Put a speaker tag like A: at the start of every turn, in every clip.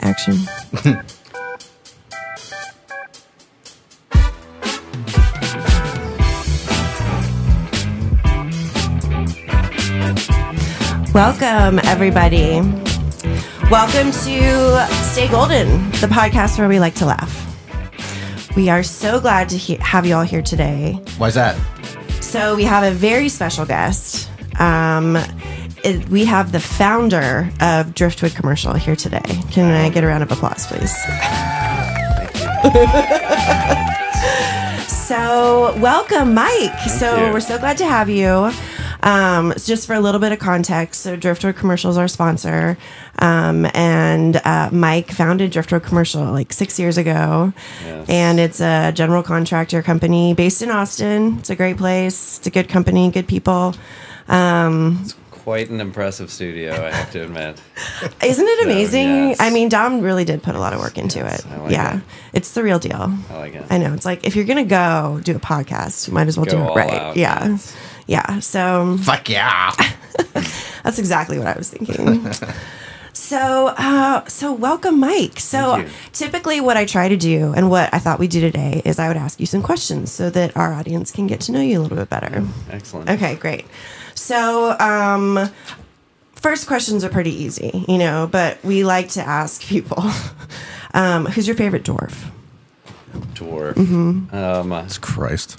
A: action. Welcome, everybody. Welcome to Stay Golden, the podcast where we like to laugh. We are so glad to he- have you all here today.
B: Why's that?
A: So we have a very special guest. Um, it, we have the founder of Driftwood Commercial here today. Can I get a round of applause, please? so welcome, Mike. so
C: you.
A: we're so glad to have you. Um, so just for a little bit of context, so Driftwood Commercial is our sponsor, um, and uh, Mike founded Driftwood Commercial like six years ago,
C: Yes.
A: and it's a general contractor company based in Austin. It's a great place. It's a good company, good people.
C: Quite an impressive studio, I have to admit.
A: Isn't it
C: So,
A: amazing?
C: yes.
A: I mean, Dom really did put a lot of work into
C: yes,
A: it.
C: I Oh, like
A: yeah,
C: it.
A: it's the real deal. I
C: like it.
A: I know. It's like if you're gonna go do a podcast, you might as well
C: Go
A: do it
C: all
A: right.
C: out,
A: Yeah,
C: yes.
A: yeah. So
B: Fuck yeah.
A: that's exactly what I was thinking. so, uh, so welcome, Mike. So
C: Thank you.
A: typically, what I try to do and what I thought we'd do today is I would ask you some questions so that our audience can get to know you a little bit better.
C: Excellent.
A: Okay, great. So, um, first questions are pretty easy, you know, but we like to ask people um, who's your favorite dwarf?
C: Dwarf.
A: Mm-hmm.
C: Um,
B: Jesus Christ.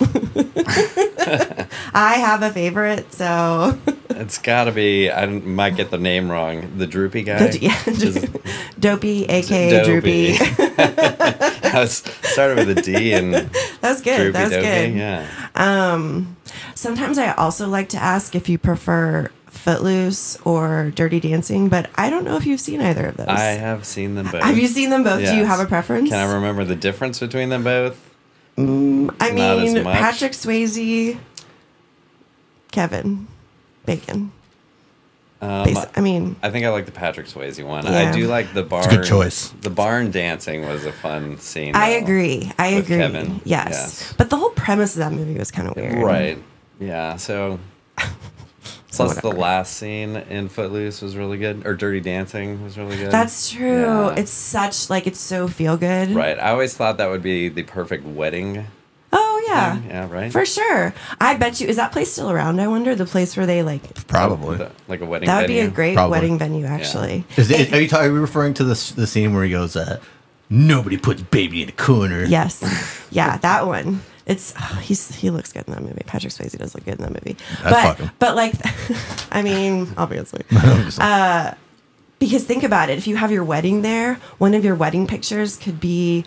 A: I have a favorite, so
C: It's got to be, I don't- might get the name wrong. The droopy guy?
A: yeah,
C: Just
A: Dopey, aka Droopy.
C: Dopey. I was started with a D and
A: That's good.
C: droopy
A: That's
C: dopey.
A: good.
C: Yeah.
A: Sometimes I also like to ask if you prefer Footloose or Dirty Dancing, but I don't know if you've seen either of those.
C: I have seen them both.
A: have you seen them both? Do you
C: Yes.
A: have a preference?
C: Can I remember the difference between them both?
A: I
C: Not as
A: mean,
C: much.
A: Patrick Swayze, Kevin Bacon.
C: Um,
A: Basi- I mean,
C: I think I like the Patrick Swayze one.
A: Yeah.
C: I do like the barn.
B: choice.
C: The barn dancing was a fun scene.
A: I
C: though.
A: agree. I
C: With
A: agree.
C: Kevin,
A: Yes.
C: yes.
A: but the whole premise of that movie was kind of weird.
C: Right. Yeah. So.
A: So
C: Plus, the
A: whatever.
C: last scene in Footloose was really good, or Dirty Dancing was really good.
A: That's true.
C: Yeah.
A: It's such like it's so feel good.
C: right. I always thought that would be the perfect wedding.
A: Oh yeah.
C: Yeah. Right.
A: For sure. I bet you is that place still around? I wonder the place where they like
B: Probably.
C: The- like a wedding.
A: that would be a
C: venue.
A: great
B: Probably.
A: wedding venue actually.
B: Is it, are, you talking, are you referring to this, the scene where he goes, uh, nobody puts baby in a corner?
A: Yes. Yeah, that one. It's oh, he's he looks good in that movie. Patrick Swayze does look good in that movie.
B: I'd
A: but
B: fuck him.
A: but like I mean, obviously.
B: uh,
A: Because think about it, if you have your wedding there, one of your wedding pictures could be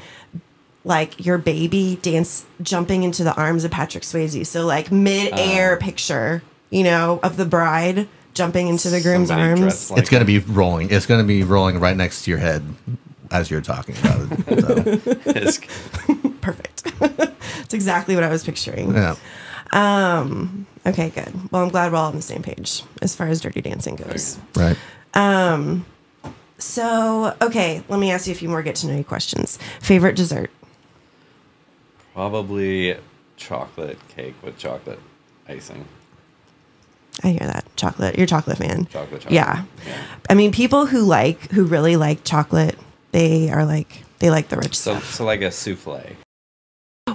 A: like your baby dance jumping into the arms of Patrick Swayze. So like mid-air
C: Ah.
A: picture, you know, of the bride jumping into the groom's
C: Somebody
A: arms.
C: dressed like
B: it's going to be rolling. It's going to be rolling right next to your head as you're talking about it. So,
C: his-
A: Perfect. It's exactly what I was picturing.
B: yeah.
A: Okay, good. Well, I'm glad we're all on the same page as far as dirty dancing goes.
B: Right.
A: So, okay, let me ask you a few more get to know you questions. Favorite dessert?
C: probably chocolate cake with chocolate icing.
A: I hear that. Chocolate. You're a chocolate fan.
C: Chocolate, chocolate.
A: Yeah.
C: Yeah.
A: I mean, people who like, who really like chocolate, they are like, they like the rich
C: So,
A: stuff.
C: so like a souffle.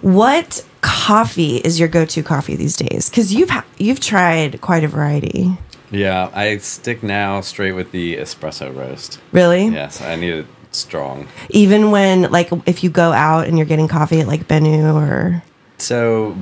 A: What coffee is your go-to coffee these days? Because you've ha- you've tried quite a variety.
C: Yeah, I stick now straight with the espresso roast.
A: Really?
C: Yes, I need it strong.
A: Even when like if you go out and you're getting coffee at like Bennu or
C: So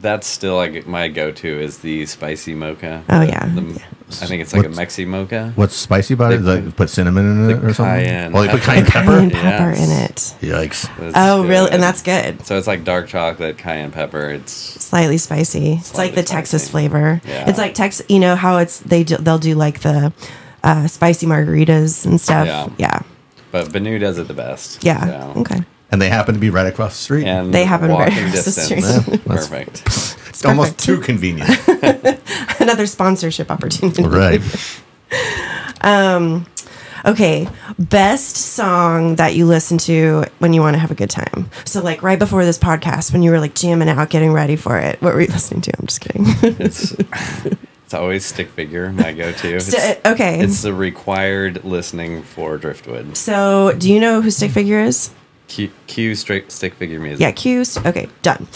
C: that's still like my go-to is the spicy mocha.
A: Oh,
C: The-
A: yeah.
C: the-
A: Yeah.
C: I think it's like
B: What's-
C: a Mexi mocha.
B: What's spicy about it?
C: They
B: Like, put cinnamon in it or something?
C: cayenne
B: Well, they put cayenne
C: pepper.
A: cayenne
B: pepper?
A: pepper in
C: Yes.
A: it.
B: Yikes.
C: That's
A: Oh, really?
C: good.
A: And that's good.
C: So it's like dark chocolate, cayenne pepper. It's
A: Slightly spicy. it's like
C: Slightly
A: the Texas
C: spicy.
A: flavor.
C: Yeah.
A: It's like Texas. You know how it's they do, they'll do like the uh, spicy margaritas and stuff.
C: Yeah.
A: Yeah.
C: but Benu does it the best.
A: Yeah.
C: So-
A: Okay.
B: And they happen to be right across the street.
C: And
A: They happen right
C: walking
A: across the
C: distance.
A: street.
B: that's-
C: Perfect.
B: it's almost
A: perfect.
B: too convenient.
A: Another sponsorship opportunity.
B: right.
A: Okay, best song that you listen to when you want to have a good time. So, like right before this podcast, when you were like jamming out, getting ready for it, what were you listening to? I'm just kidding.
C: It's it's It's always stick figure, my go-to.
A: Sti-
C: It's-
A: uh, okay.
C: It's the required listening for Driftwood.
A: so, do you know who Stick Figure is?
C: Cue, cue straight stick figure music.
A: Yeah, Q. st- Okay, done.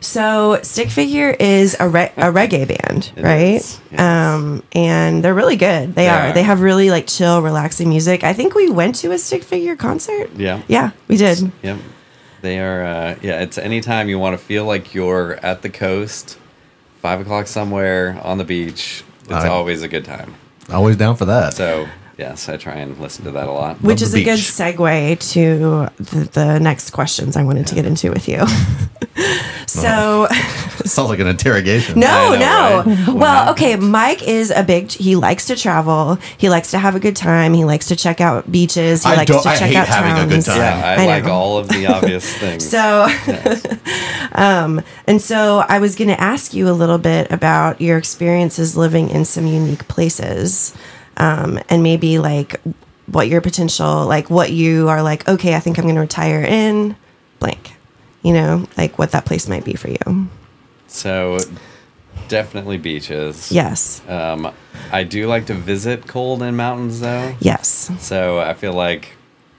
A: So Stick Figure is a re- a reggae band,
C: It
A: right?
C: is, yes.
A: Um, and they're really good. They
C: They
A: are.
C: are.
A: They have really like chill, relaxing music. I think we went to a Stick Figure concert.
C: Yeah.
A: Yeah, we did.
C: Yep. They are, uh, yeah, it's anytime you want to feel like you're at the coast, five o'clock somewhere on the beach. It's
B: Alright.
C: always a good time.
B: Always down for that.
C: So, yes, I try and listen to that a lot.
A: Which
B: the
A: is a good
B: beach.
A: segue to the, the next questions I wanted to get into with you. so.
B: Oh. Sounds like an interrogation.
C: I
A: No,
C: know,
A: no.
C: right?
A: Well,
C: Wow.
A: okay, Mike is a big he likes to travel. He likes to have a good time. He likes to check out beaches. He
B: I
A: likes
B: don't-
A: to
B: I
A: check
B: hate
A: out
B: having a
A: towns.
B: good time.
C: yeah, uh, I,
A: I
C: like
A: know.
C: all of the obvious things.
A: So,
C: Yes.
A: and so I was going to ask you a little bit about your experiences living in some unique places, um, and maybe like what your potential, like what you are like. Okay, I think I'm going to retire in blank. You know, like what that place might be for you.
C: so, definitely beaches.
A: Yes,
C: Um, I do like to visit cold and mountains, though.
A: yes.
C: So, I feel like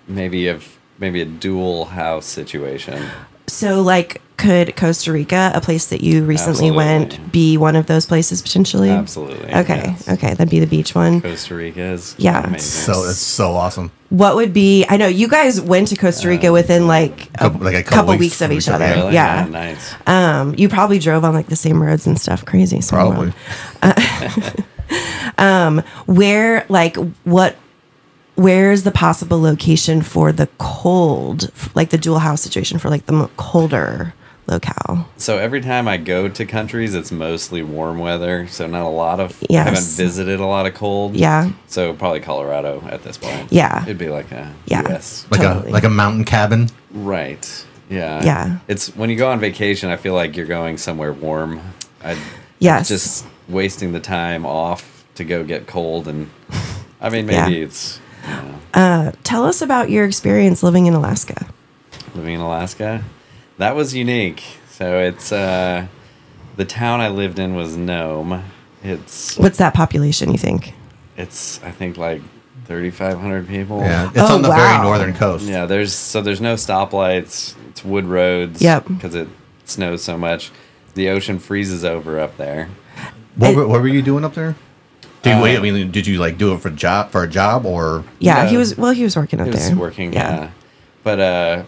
C: maybe if maybe a dual house situation.
A: So, like, could Costa Rica, a place that you recently
C: Absolutely.
A: went, be one of those places potentially?
C: Absolutely,
A: Okay.
C: yes.
A: Okay. That'd be the beach one.
C: Costa Rica is
A: Yeah.
C: amazing.
B: So it's so awesome.
A: What would be? I know you guys went to Costa Rica within like a
B: Uh, Couple- like a couple
A: couple
B: weeks
A: weeks, of
B: from
A: each
B: each other.
A: other.
C: Really?
A: Yeah.
C: nice.
A: Um, you probably drove on like the same roads and stuff. Crazy. So
B: Probably.
A: Um, Where, like, what? Where is the possible location for the cold, f- like the dual house situation for like the mo- colder locale?
C: So every time I go to countries, it's mostly warm weather. So not a lot of.
A: Yes.
C: I haven't visited a lot of cold.
A: Yeah.
C: So probably Colorado at this point.
A: Yeah.
C: It'd be like a.
A: Yeah.
C: US.
B: Like
A: Totally.
B: a like a mountain cabin.
C: Right. Yeah.
A: Yeah.
C: It's when you go on vacation, I feel like you're going somewhere warm. I
A: Yes.
C: just wasting the time off to go get cold and. I mean, maybe
A: Yeah.
C: it's. You know,
A: Tell us about your experience living in Alaska.
C: living in Alaska. That was unique. So it's uh, the town I lived in was Nome. It's
A: What's that population you think?
C: it's I think like 3,500 people.
B: Yeah. It's
A: Oh,
B: on the
A: wow.
B: very northern coast.
C: Yeah. There's so there's no stoplights. It's wood roads.
A: Yep.
C: Because it snows so much, the ocean freezes over up there.
B: What,
A: It-
B: were, what were you doing up there? Did
C: Uh,
B: wait, I mean, did you like do it for job for a job or
A: Yeah,
C: No.
A: he was well he was working up
C: It was
A: there.
C: working. Yeah. But uh,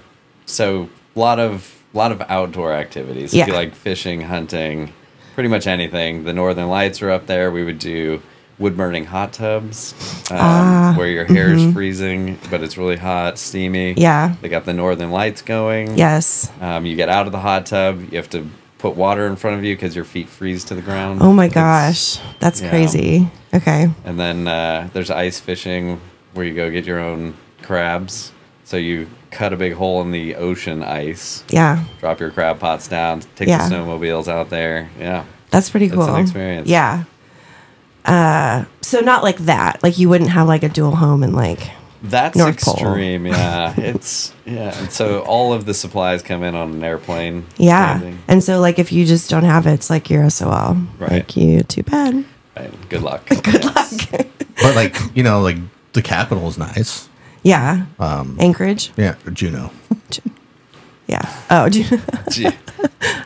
C: so a lot of lot of outdoor activities. If you
A: Yeah.
C: like fishing, hunting, pretty much anything. The Northern Lights are up there. We would do wood burning hot tubs, um,
A: Ah,
C: where your hair is freezing, but it's really hot, steamy.
A: Yeah.
C: They got the Northern Lights going.
A: Yes.
C: Um, you get out of the hot tub. You have to put water in front of you because your feet freeze to the ground.
A: Oh my
C: It's-
A: gosh. That's
C: yeah.
A: crazy. Okay.
C: and then uh, there's ice fishing where you go get your own crabs. So you cut a big hole in the ocean ice,
A: Yeah.
C: drop your crab pots down, take
A: Yeah.
C: the snowmobiles out there. Yeah.
A: That's pretty
C: It's
A: cool.
C: an experience.
A: Yeah. Uh so not like that. Like you wouldn't have like a dual home and like
C: That's
A: North Pole.
C: extreme. Yeah. It's, yeah. And so all of the supplies come in on an airplane.
A: yeah.
C: landing.
A: And so like if you just don't have it, it's like you're SOL.
C: Right.
A: Like you too bad.
C: Right. Good luck. Good luck.
B: but like, you know, like the capital is nice.
A: Yeah. Um Anchorage.
B: Yeah, or Juneau.
A: Yeah. Oh, do you,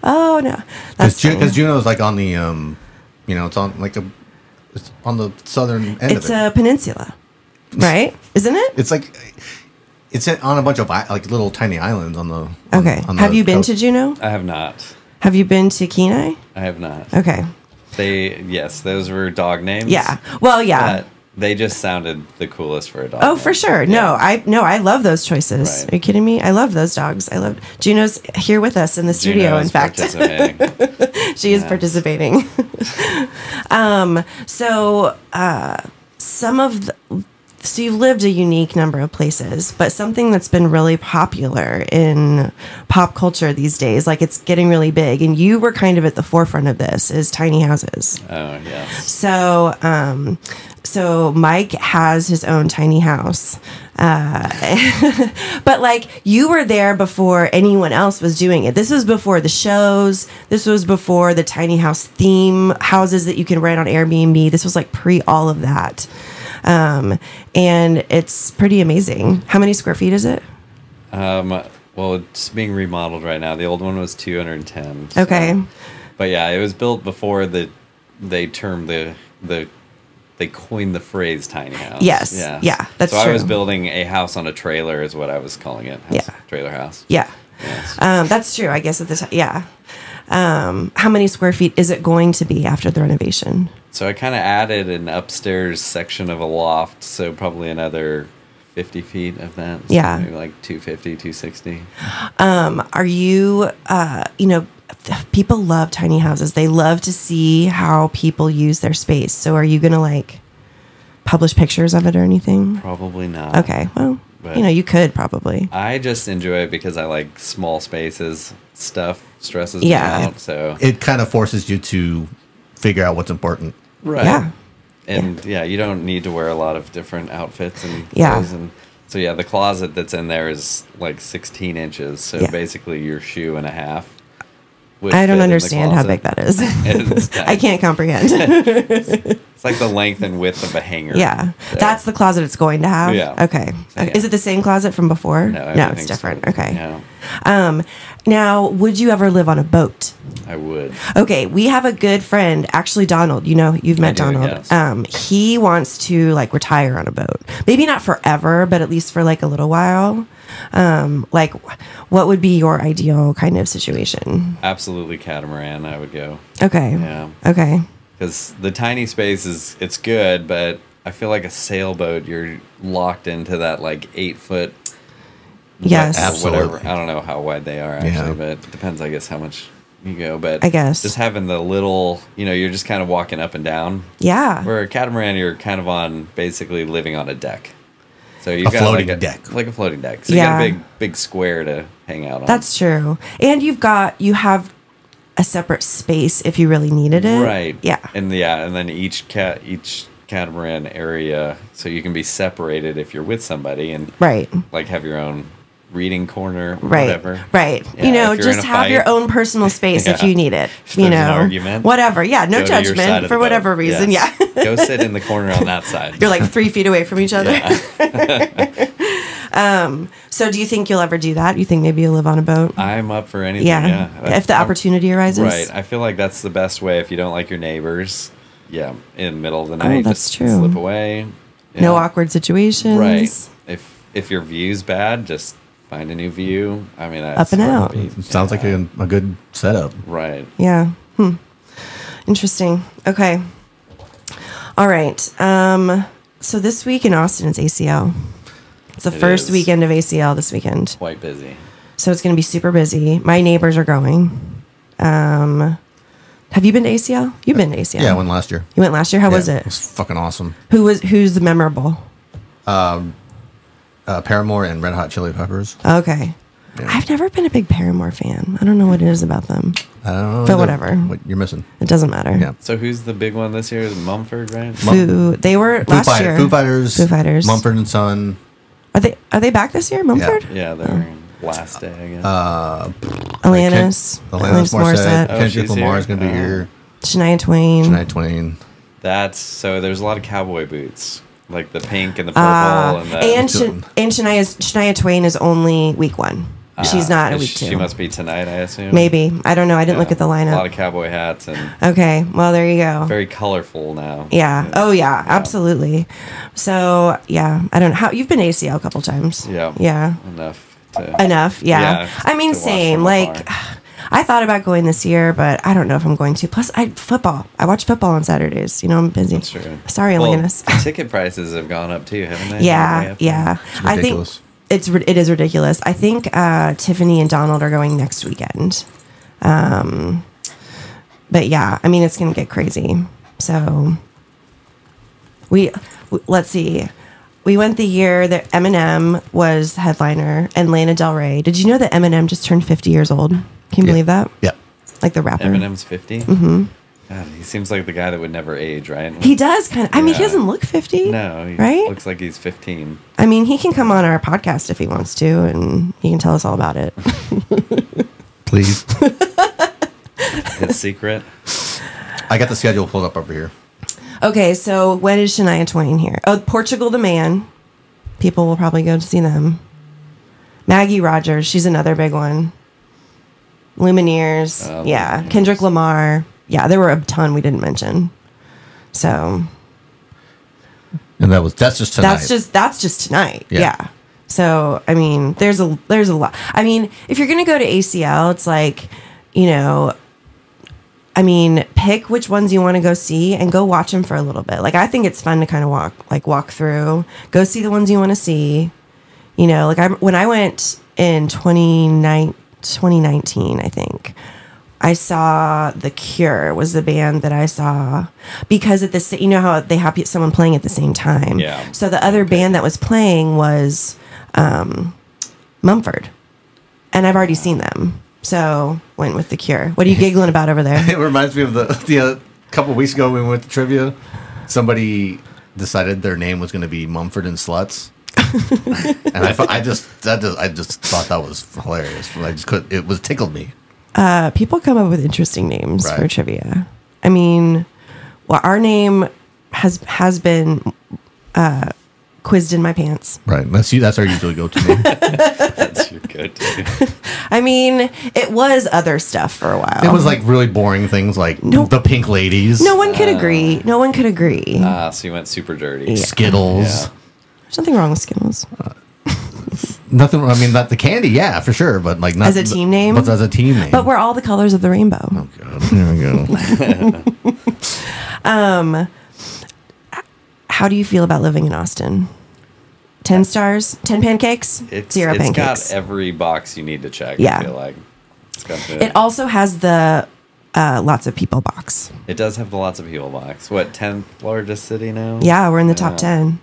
A: oh no.
B: Cuz
A: That's
B: Juneau Juneau's like on the um, you know, it's on like a it's on the southern end
A: it's
B: of it.
A: a peninsula. Right? Isn't it?
B: it's like it's on a bunch of i- like little tiny islands on the on-
A: Okay.
B: on the
A: Have you been
B: coast.
A: to Juneau?
C: I have not.
A: Have you been to Kenai?
C: I have not.
A: Okay.
C: They, yes, those were dog names.
A: Yeah. Well, yeah.
C: But Uh, they just sounded the coolest for a dog.
A: oh,
C: name.
A: for sure. No,
C: Yeah.
A: I no, I love those choices.
C: Right.
A: Are you kidding me? I love those dogs. I love Juno's here with us in the studio.
C: Juno
A: in
C: is
A: fact,
C: participating.
A: she is
C: Yeah.
A: participating. um. So, uh, some of the, so you've lived a unique number of places, but something that's been really popular in pop culture these days, like it's getting really big, and you were kind of at the forefront of this, is tiny houses.
C: Oh yes.
A: So, um, so Mike has his own tiny house, uh, but like you were there before anyone else was doing it. This was before the shows. This was before the tiny house theme houses that you can rent on Airbnb. This was like pre all of that, um, and it's pretty amazing. How many square feet is it?
C: Um, well, it's being remodeled right now. The old one was 210. so-
A: Okay.
C: But yeah, it was built before the they termed the the they coined the phrase tiny house.
A: Yes. Yeah, that's
C: so I was
A: true.
C: building a house on a trailer is what I was calling it. House,
A: Yeah.
C: Trailer house.
A: Yeah,
C: Yes.
A: um, that's true. I guess at the time, yeah. Um, how many square feet is it going to be after the renovation?
C: So I kind of added an upstairs section of a loft, so probably another 50 feet of that. so
A: Yeah.
C: maybe like 250, 260.
A: are you uh you know people love tiny houses they love to see how people use their space so are you gonna like publish pictures of it or anything
C: Probably not.
A: okay well
C: But-
A: you know you could probably
C: I just enjoy it because I like small spaces. Stuff stresses
A: Yeah.
C: me out. So
B: It kind of forces you to figure out what's important.
C: right.
A: Yeah.
C: And yeah. you don't need to wear a lot of different outfits and
A: Yeah.
C: clothes and so yeah, the closet that's in there is like 16 inches. So
A: Yeah.
C: basically, your shoe and a half. would
A: i
C: fit in
A: don't
C: the
A: understand how
C: closet.
A: big that is
C: It's tiny.
A: i can't comprehend
C: It's like the length and width of a hanger.
A: yeah
C: So-
A: that's the closet it's going to have
C: Yeah.
A: okay
C: So, yeah.
A: is it the same closet from before it's
C: everything's-
A: different okay
C: Yeah,
A: um now would you ever live on a boat
C: I would.
A: Okay, we have a good friend, actually Donald. You know, you've met
C: do,
A: Donald.
C: yes.
A: Um, he wants to like retire on a boat. Maybe not forever, but at least for like a little while. Um, like, what would be your ideal kind of situation?
C: Absolutely catamaran, I would go.
A: Okay.
C: Yeah.
A: Okay.
C: Because the tiny space is, it's good, but I feel like a sailboat, you're locked into that like eight foot,
A: Yes.
B: abs-
C: or whatever.
B: Absolutely.
C: I don't know how wide they are actually, but it depends, I guess, how much you go. But
A: I guess.
C: just having the little, you know, you're just kind of walking up and down.
A: yeah.
C: Where a catamaran, you're kind of on basically living on a deck. So you
B: A
C: have got
B: floating
C: like a
B: deck.
C: like a floating deck. So
A: Yeah.
C: you got a big, big square to hang out on.
A: That's true. And you've got you have a separate space if you really needed it.
C: right
A: Yeah.
C: and yeah and then each cat each catamaran area so you can be separated if you're with somebody and
A: right.
C: like have your own reading corner
A: Right.
C: whatever
A: Right.
C: Yeah,
A: you know,
C: if you're in
A: just
C: a
A: have your
C: fight.
A: own personal space if
C: Yeah.
A: you need it.
C: If
A: you
C: there's
A: know,
C: an argument,
A: whatever. Yeah. No
C: Go to your side
A: judgment
C: of
A: for
C: the
A: whatever
C: boat.
A: reason.
C: Yes.
A: Yeah.
C: go sit in the corner on that side
A: You're like three feet away from each other. Um,
C: Yeah.
A: So, do you think you'll ever do that? You think maybe you'll live on a boat?
C: i'm up for anything
A: yeah.
C: yeah,
A: If the
C: I'm-
A: opportunity arises.
C: right i feel like that's the best way if you don't like your neighbors yeah in the middle of the night
A: Oh, that's
C: just
A: true.
C: slip away
A: No
C: Yeah.
A: awkward situations.
C: right if if your view's bad just find a new view i mean that's
A: and
C: hard
A: out.
C: to
B: It
C: beat.
B: sounds like a, a good setup.
C: right
A: Yeah. Hmm. Interesting. Okay. All right. Um, so this week in Austin is ACL. It's the
C: It
A: first
C: is.
A: weekend of ACL this weekend.
C: quite busy
A: So it's going to be super busy. My neighbors are going. Um, have you been to ACL? You've been to ACL.
B: Yeah, I went last year.
A: you went last year. How was
B: Yeah,
A: it?
B: It was fucking awesome.
A: Who was who's memorable?
B: Uh, Paramore and Red Hot Chili Peppers.
A: Okay. I've never been a big Paramore fan. I don't know what it is about them.
B: I don't know.
A: But
B: the-
A: whatever.
B: What you're missing.
A: It doesn't matter.
B: Yeah.
C: So who's the big one this year? Is Mumford, right?
A: Foo, they were
B: Foo,
A: last
B: Fighter-
A: year.
B: Foo Fighters.
A: Foo Fighters.
B: Mumford and Son.
A: Are they are they back this year? Mumford.
C: yeah, they're last day, I guess.
B: Uh,
A: Alanis.
B: Ken- Alanis Morissette.
C: Oh,
B: Kendrick
C: she's
B: Lamar is
C: here.
B: going to be
C: Uh,
B: here.
A: Shania Twain.
B: Shania Twain.
C: That's so there's a lot of cowboy boots. Like the pink and the purple
A: Ah,
C: and the
A: and Shan-
B: Chilton.
A: and Shania Shania Twain is only week one. She's not a week two.
C: Ah, She must be tonight, I assume.
A: Maybe I don't know. I didn't
C: Mm. Yeah.
A: look at the lineup.
C: A lot of cowboy hats and
A: Okay. Well, there you go.
C: very colorful now.
A: yeah. Oh, yeah. Absolutely. So, yeah. I don't know how you've been to ACL a couple times.
C: Yeah.
A: Yeah.
C: Enough to
A: Enough. Yeah.
C: Yeah,
A: I mean,
C: to watch
A: same.
C: from
A: Like, I thought about going this year, but I don't know if I'm going to. Plus, I football. I watch football on Saturdays. You know, I'm busy.
C: That's true.
A: Sorry,
C: Well,
A: Alanis.
C: ticket prices have gone up too, haven't they? Way
A: yeah.
C: up there.
A: Yeah. I think
B: ridiculous.
A: it's rid- it is ridiculous. I think uh, Tiffany and Donald are going next weekend. Um, but yeah, I mean, it's going to get crazy. So we w- let's see. We went the year that Eminem was headliner and Lana Del Rey. Did you know that Eminem just turned 50 years old? Can you believe that?
B: Yeah.
A: Like the rapper.
C: Eminem's 50? Mm-hmm. God, he seems like the guy that would never age, right?
A: He does kind of. I mean, he
C: Yeah.
A: doesn't look 50.
C: No, he
A: right?
C: looks like he's 15.
A: I mean, he can come on our podcast if he wants to and he can tell us all about it.
B: Please.
C: His secret?
B: I got the schedule pulled up over here.
A: okay, so when is Shania Twain here? Oh, Portugal the Man. People will probably go to see them. Maggie Rogers, she's another big one. Lumineers,
C: Uh,
A: yeah.
C: Lumineers.
A: Kendrick Lamar. Yeah, there were a ton we didn't mention. So
B: And that was that's just tonight.
A: That's just that's just tonight. Yeah.
B: Yeah.
A: So I mean, there's a there's a lot. I mean, if you're gonna go to ACL, it's like, you know, I mean, pick which ones you want to go see and go watch them for a little bit. Like I think it's fun to kind of walk like walk through, go see the ones you want to see. You know, like I when I went in 29 2019, I think. I saw The Cure was the band that I saw because at the sa- you know how they have someone playing at the same time.
C: Yeah.
A: So the other band that was playing was um, Mumford, and I've already seen them. So went with The Cure. What are you giggling about over there?
B: it reminds me of the the uh, couple weeks ago when we went to trivia. Somebody decided their name was going to be Mumford and Sluts, and I, thought- I just that just, I just thought that was hilarious. I just could it was tickled me.
A: Uh, people come up with interesting names
B: Right.
A: for trivia. I mean, well, our name has has been uh, quizzed in my pants.
B: Right, that's you. That's our usual go-to name.
C: That's your go to.
A: I mean, it was other stuff for a while.
B: It was like really boring things like
A: No.
B: the Pink Ladies,
A: no one could agree. No one could agree.
C: Ah, so you went super dirty.
A: Yeah.
B: Skittles.
C: Yeah.
A: There's nothing wrong with Skittles.
B: Nothing. I mean, not the candy. Yeah, for sure. But like not
A: As a team name?
B: But as a team name.
A: But we're all the colors of the rainbow.
B: God, there we go.
A: How do you feel about living in Austin? Ten stars, ten pancakes,
C: It's,
A: zero
C: it's
A: pancakes.
C: got every box you need to check,
A: Yeah.
C: I feel like. It's got the,
A: it also has the uh, lots of people box.
C: It does have the lots of people box. What tenth largest city now?
A: Yeah, we're in the top
C: Yeah.
A: ten,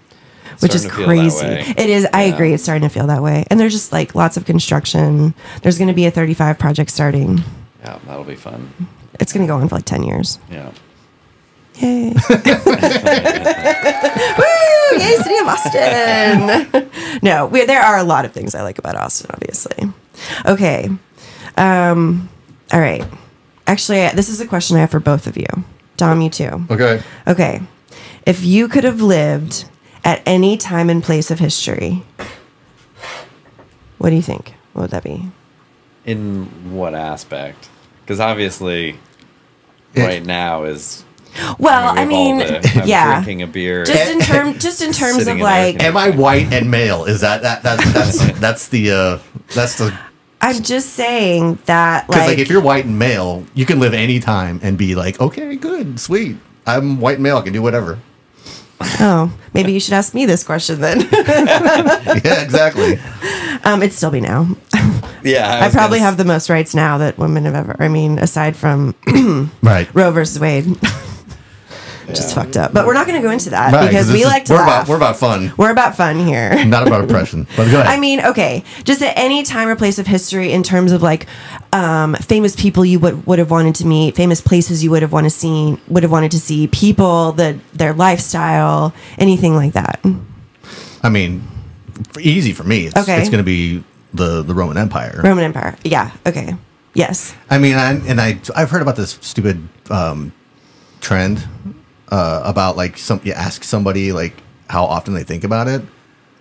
A: which is
C: starting to feel
A: crazy.
C: that way.
A: It is. I
C: Yeah.
A: agree. It's starting to feel that way, and there's just like lots of construction. There's going to be a 35 project starting.
C: Yeah, that'll be fun.
A: It's going to go on for like 10 years.
C: Yeah.
A: Yay! Woo! Yay, city of Austin. no, we, there are a lot of things I like about Austin, obviously. Okay. Um, all right. Actually, this is a question I have for both of you. Dom, you too.
B: Okay.
A: Okay. If you could have lived at any time and place of history, what do you think? What would that be?
C: In what aspect? Because obviously,
B: Yeah.
C: right now is.
A: Well, I
C: we have all
A: mean,
C: the- I'm
A: yeah.
C: Drinking a beer.
A: Just in term, just in terms
C: Sitting
A: of
C: in there
A: like,
C: can-
B: Am I white and male? Is that that, that that's that's the uh that's the
A: I'm just saying that
B: because
A: like,
B: like, if you're white and male, you can live any time and be like, okay, good, sweet. I'm white and male. I can do whatever.
A: oh, maybe you should ask me this question then.
B: yeah, exactly.
A: um, it'd still be now.
C: yeah,
A: I,
C: was
A: probably
C: gonna
A: have the most rights now that women have ever. I mean, aside from
B: Right.
A: Roe versus Wade, just fucked up. But we're not going to go into that
B: Right,
A: because
B: this
A: we
B: is-
A: like to
B: we're
A: laugh.
B: about we're about fun,
A: we're about fun here.
B: not about oppression. But go ahead.
A: I mean, okay, just at any time or place of history in terms of like um, famous people you would would have wanted to meet, famous places you would have wanted to see, would have wanted to see, people, the their lifestyle, anything like that.
B: I mean, f- easy for me. It's,
A: Okay.
B: It's going to be the the Roman Empire.
A: Roman Empire. Yeah. Okay. Yes.
B: I mean, I, and I I've heard about this stupid um, trend uh, about like some you ask somebody like how often they think about it.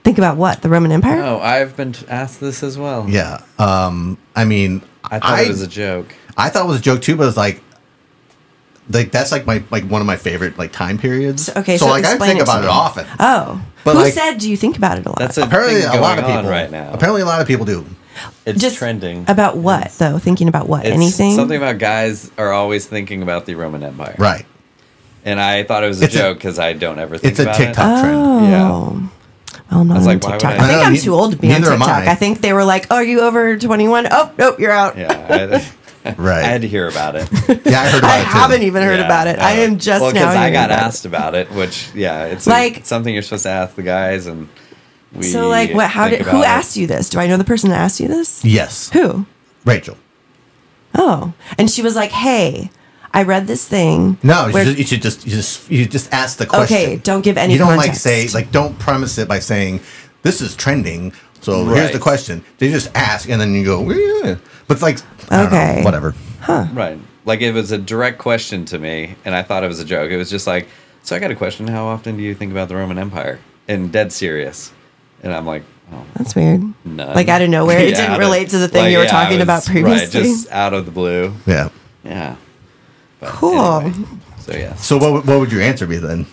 A: Think about what the Roman Empire.
C: Oh, I've been t- asked this as well.
B: Yeah. Um. I mean,
C: I thought it was a joke.
B: I thought it was a joke too, but it's like, like that's like my like one of my favorite like time periods.
A: Okay.
B: So,
A: So,
B: like I
A: explain
B: think
A: it to
B: about
A: me.
B: it often.
A: Oh.
B: But,
A: Who
B: like-
A: said? Do you think about it a lot?
C: That's a
B: apparently,
C: thing
B: a lot of
C: going on
B: people
C: right now.
B: Apparently, a lot of people do.
C: it's
A: just
C: trending.
A: about what though? Thinking about what?
C: It's
A: anything?
C: Something about guys are always thinking about the Roman Empire.
B: Right.
C: And I thought it was a
B: It's a-
C: joke because I don't ever think
B: It's a
C: about
B: TikTok
C: it.
B: trend.
A: Oh.
C: Yeah.
A: Well, I'm not
C: I was
A: on
C: like, why would
A: TikTok. I,
C: I-
A: think
B: No,
A: I'm
B: Uh, ne-
A: too old to be on
B: neither am
A: TikTok.
B: I.
A: I think they were like, "Oh, are you over 21?" Oh, nope, you're out.
C: Yeah. I,
B: Right.
C: I had to hear about it.
B: Yeah, I heard about
A: I
B: it too.
A: haven't even heard
C: Yeah,
A: about it. I am just
C: well,
A: now.
C: because I
A: hearing
C: got
A: about it.
C: asked about it, which yeah, it's
A: Like-
C: like something you're supposed to ask the guys, and we
A: So like, what? How
C: think
A: did? Who
C: about it.
A: asked you this? Do I know the person that asked you this?
B: Yes,
A: Who?
B: Rachel.
A: Oh, and she was like, "Hey, I read this thing.
B: No, you
A: where-
B: just, you should just you just you just ask the question.
A: Okay, don't give any
B: You don't
A: context.
B: like say like don't premise it by saying this is trending. So here's
C: Right.
B: the question. They just ask and then you go. "Yeah." But it's like I don't know,
A: Okay.
B: whatever.
C: Right. Like it was a direct question to me, and I thought it was a joke. It was just like, so I got a question. How often do you think about the Roman Empire? And dead serious. And I'm like, oh,
A: That's weird.
C: none.
A: Like out of nowhere, it
C: Yeah,
A: didn't
C: out of-
A: relate to the thing
C: like,
A: you were
C: yeah, I
A: talking
C: was-
A: about previously.
C: Right, just out of the blue.
B: Yeah.
C: Yeah. But
A: Cool.
C: anyway, so yes,
B: So what would- what would your answer be then?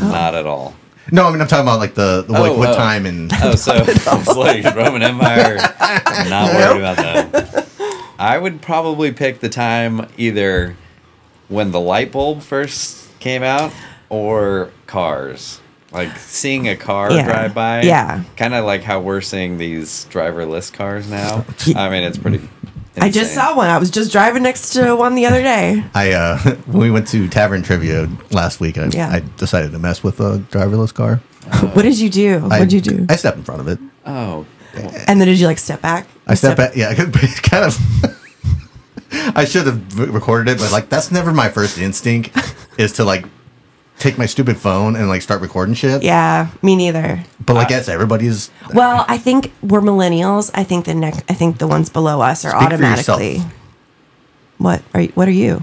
A: Oh.
C: not at all.
B: No, I mean I'm talking about like the, the like
C: Oh,
B: what
C: oh.
B: time and
C: Oh, so it's like Roman Empire. Not worried about that. I would probably pick the time either when the light bulb first came out or cars. Like seeing a car
A: Yeah.
C: drive by.
A: Yeah.
C: Kind of like how we're seeing these driverless cars now. I mean, it's pretty.
A: I just
C: insane.
A: saw one. I was just driving next to one the other day.
B: I uh when we went to tavern trivia last week, I,
A: Yeah.
B: I decided to mess with a driverless car.
A: what did you do?
B: I-
A: What'd you do?
B: I stepped in front of it.
C: Oh. well,
A: and then did you like step back?
B: I step back. Yeah, it's kind of. I should have v- recorded it, but like that's never my first instinct is to like take my stupid phone and like start recording shit.
A: Yeah, me neither.
B: But like that's everybody's.
A: Well, I think we're millennials. I think the next, I think the ones below us are
B: Speak for yourself.
A: automatically. What are you? What are you?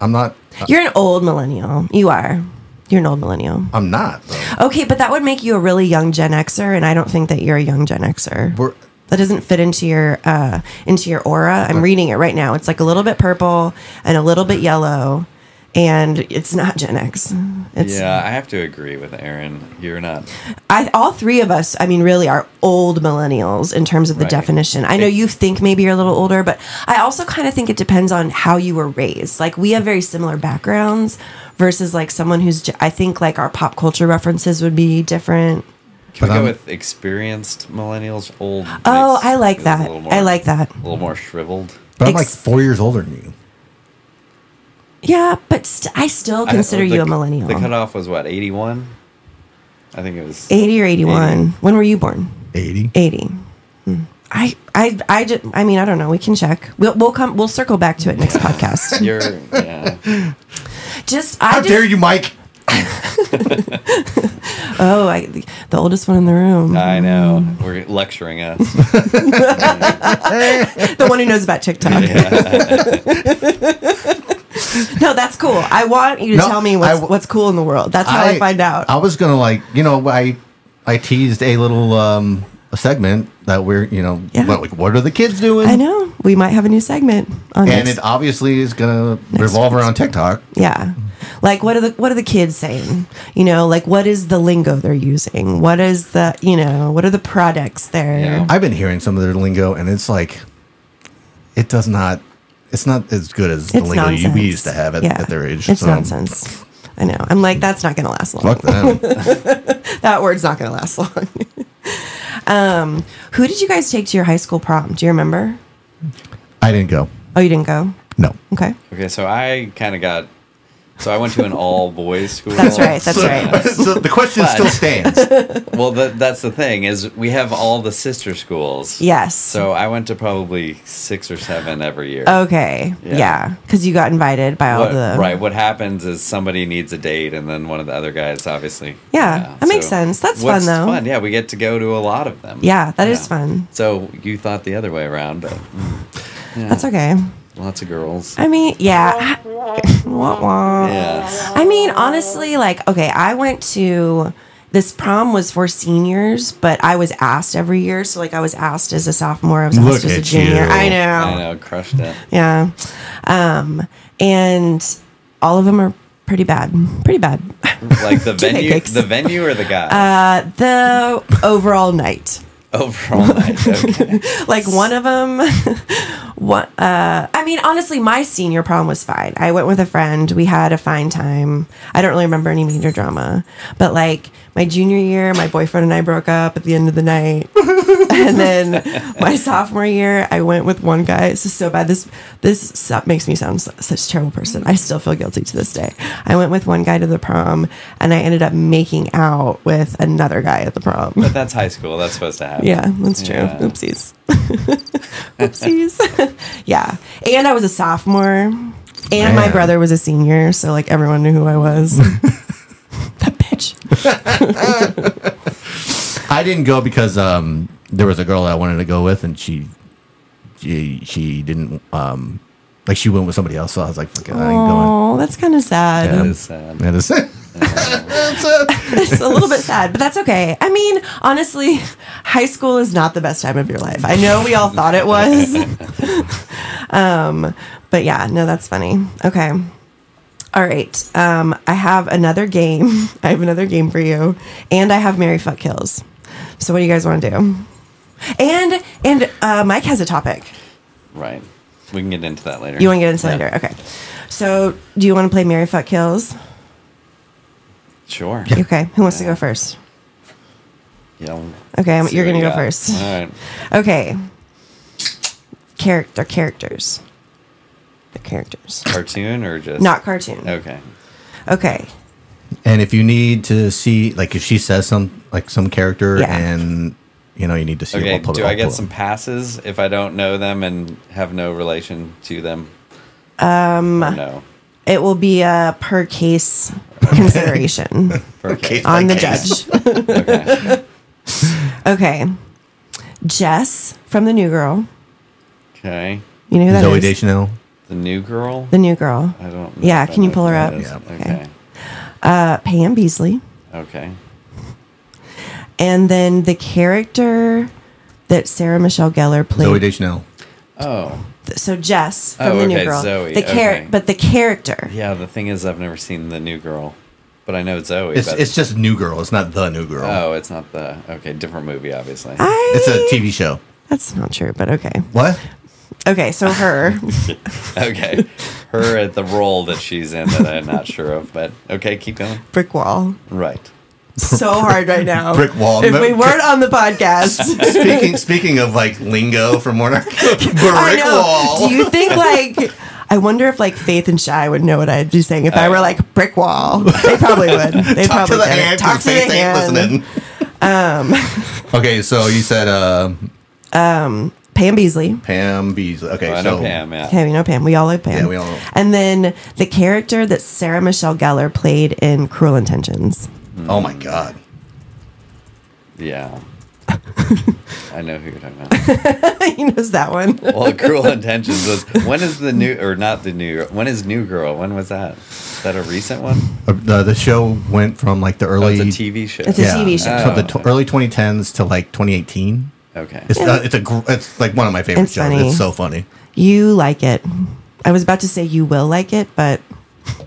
B: I'm not.
A: You're an old millennial. You are. You're an old millennial.
B: Uh. I'm not. Though.
A: Okay, but that would make you a really young Gen Xer, and I don't think that you're a young Gen Xer.
B: We're,
A: that doesn't fit into your uh, into your aura. I'm reading it right now. It's like a little bit purple and a little bit yellow, and it's not Gen X. It's
C: Yeah, I have to agree with Aaron. You're not.
A: I, all three of us. I mean, really, are old millennials in terms of the
C: Right.
A: definition. I know you think maybe you're a little older, but I also kind of think it depends on how you were raised. Like we have very similar backgrounds versus like someone who's. j- I think like our pop culture references would be different.
C: Can
B: But
C: we go
B: I'm-
C: with experienced millennials? Old.
A: Oh,
C: makes-
A: I like
C: is a
A: that.
C: little more-
A: I like that.
C: A little more shriveled.
B: but I'm like
A: Ex-
B: four years older than you.
A: Yeah, but st- I still
C: I-
A: consider
C: the-
A: you a millennial.
C: The cutoff was what, 81? I think it was.
A: 80 or 81.
C: 80.
A: When were you born?
B: Eighty.
A: 80. Hmm. I, I, I, ju- I mean, I don't know. We can check. We'll, we'll come, we'll circle back to it next podcast.
C: You're, yeah.
A: Just, I
B: How
A: just,
B: dare you, Mike?
A: oh, I, the, the oldest one in the room,
C: I know. We're lecturing us.
A: the one who knows about TikTok. no, that's cool. I want you to
B: No,
A: tell me what's,
B: I w-
A: what's cool in the world. That's how I, find out.
B: I was gonna like you know I I teased a little um a segment that we're you know
A: Yeah.
B: what, like what are the kids doing?
A: I know we might have a new segment on
B: And
A: next-
B: it obviously is gonna revolve around TikTok.
A: Yeah. Like what are the what are the kids saying? You know, like what is the lingo they're using? What is the you know, what are the products they're
C: Yeah.
B: I've been hearing some of their lingo, and it's like, it does not. It's not as good as the
A: It's
B: lingo
A: nonsense.
B: you we used to have at,
A: Yeah.
B: at their age.
A: It's
B: so,
A: nonsense. I know. I'm like, that's not gonna last long.
B: Fuck them.
A: That word's not gonna last long. um, who did you guys take to your high school prom? Do you remember?
B: I didn't go.
A: Oh, you didn't go?
B: No.
A: Okay.
C: Okay, so I kind of got. So I went to an all boys school.
A: That's right, that's
B: so,
A: right.
B: so the question
C: But-
B: still stands.
C: Well, that, that's the thing is we have all the sister schools.
A: Yes.
C: So I went to probably six or seven every year.
A: Okay.
C: Yeah.
A: Yeah. Because you got invited by all
C: What-
A: the
C: right. What happens is somebody needs a date, and then one of the other guys, obviously.
A: Yeah, that makes sense. That's fun,
C: what's
A: though.
C: Fun, yeah. We get to go to a lot of them.
A: Yeah, that
C: that is
A: is fun.
C: So you thought the other way around, but mm, yeah,
A: That's okay.
C: Lots of girls.
A: I mean, yeah. Wah, wah.
C: yeah.
A: I mean, honestly, like, okay, I went to this prom was for seniors, but I was asked every year. So, like, I was asked as a sophomore, I was
B: Look
A: asked as a
B: at
A: junior.
B: you.
A: I know.
C: I know. Crushed it.
A: Yeah. Um, and all of them are pretty bad. Pretty bad.
C: Like the venue,
A: Pancakes.
C: the venue or the guy
A: Uh, the overall night.
C: overall night. Okay.
A: like one of them what uh i mean honestly my senior prom was fine i went with a friend we had a fine time i don't really remember any major drama but like my junior year, my boyfriend and I broke up at the end of the night, and then my sophomore year, I went with one guy. This is so bad. This this so- makes me sound su- such a terrible person. I still feel guilty to this day. I went with one guy to the prom, and I ended up making out with another guy at the prom.
C: But that's high school. That's supposed to happen.
A: Yeah, that's true.
C: Yeah.
A: Oopsies. Oopsies. yeah. And I was a sophomore. And my
B: Man.
A: brother was a senior, so like everyone knew who I was. that bitch.
B: I didn't go because um, there was a girl that I wanted to go with, and she she, she didn't um, like she went with somebody else. So I was like, "Fuck it, I ain't going."
A: Oh, that's kind of sad.
B: Yeah.
C: That is sad.
B: That is That's it.
A: It's a little bit sad, but that's okay. I mean, honestly, high school is not the best time of your life. I know we all thought it was. um, but yeah, no, that's funny. Okay. All right. Um, I have another game. I have another game for you, and I have Mary Fuck Kills. So what do you guys want to do? And and uh, Mike has a topic.
C: Right. We can get into that later.
A: You want to get into
B: Yeah.
A: later? Okay. So do you want to play Mary Fuck Kills?
C: Sure.
A: Okay. Who wants to go first?
C: Yeah, we'll
A: Okay, I'm-
C: see
A: you're
C: what
A: gonna
C: you
A: go
C: got.
A: first.
C: All right.
A: Okay. Character characters. The characters.
C: Cartoon or just
A: Not cartoon.
C: Okay.
A: Okay.
B: And if you need to see, like, if she says some, like, some character,
A: Yeah.
B: and you know, you need to see.
C: Okay.
B: I'll pull it-
C: Do
B: I'll
C: I get
B: pull it.
C: some passes if I don't know them and have no relation to them? Um. no.
A: It will be a per case consideration
C: Okay.
A: on the
B: case.
A: judge.
C: okay.
A: Okay. Jess from The New Girl.
C: Okay.
A: You know who that is?
B: Zoe Deschanel?
C: The new girl.
A: The New Girl.
C: I don't. know
A: Yeah,
C: if I
A: can you
C: know
A: pull
C: who
A: her
C: that
A: up?
C: is.
B: Yeah.
A: Okay.
C: Okay.
A: Uh, Pam Beasley.
C: Okay.
A: And then the character that Sarah Michelle Gellar played.
B: Zoe Deschanel.
C: Oh.
A: so Jess from
C: Oh,
A: The New
C: okay,
A: Girl.
C: Zoe,
A: The char-
C: okay.
A: But the character.
C: Yeah. The thing is, I've never seen the new girl, but I know Zoe.
B: It's
C: but,
B: it's just New Girl. It's not the New Girl.
C: oh, it's not the okay. Different movie, obviously.
A: I-
B: It's a TV show.
A: That's not true, but okay.
B: What?
A: Okay, so her.
C: okay. Her at the role that she's in that I'm not sure of, but okay, keep going.
A: brick wall.
C: Right.
A: So hard right now.
B: Brick wall.
A: If
B: No-
A: we weren't on the podcast,
B: Speaking speaking of like lingo from Warner,
A: I
B: brick
A: know.
B: wall.
A: Do you think like? I wonder if like Faith and Shy would know what I'd be saying if I were like brick wall. They probably would. They
B: Talk
A: probably
B: to the
A: get it.
B: hand.
A: Talk
B: 'cause
A: to the
B: Faith ain't
A: hand.
B: listening. Um. okay, so you said uh,
A: Pam Beasley.
B: Pam Beasley. Okay,
C: Oh, I
B: so
C: know Pam, yeah.
A: Okay, we know Pam. We all like Pam.
B: Yeah, we all-
A: And then the character that Sarah Michelle Gellar played in Cruel Intentions.
B: Oh my God.
C: Yeah. I know who you're talking about.
A: he knows that one.
C: Well, Cruel Intentions was when is the new or not the new when is New Girl? When was that? Is that a recent one?
B: Uh, The, the show went from like the
C: Oh,
B: early
C: it's a TV show.
A: It's a TV show.
B: so the t-
C: Oh.
B: early 2010s to like 2018.
C: Okay.
B: It's uh, it's a gr- it's like one of my favorite
A: It's
B: shows.
A: funny.
B: It's so funny.
A: You like it. I was about to say you will like it, but all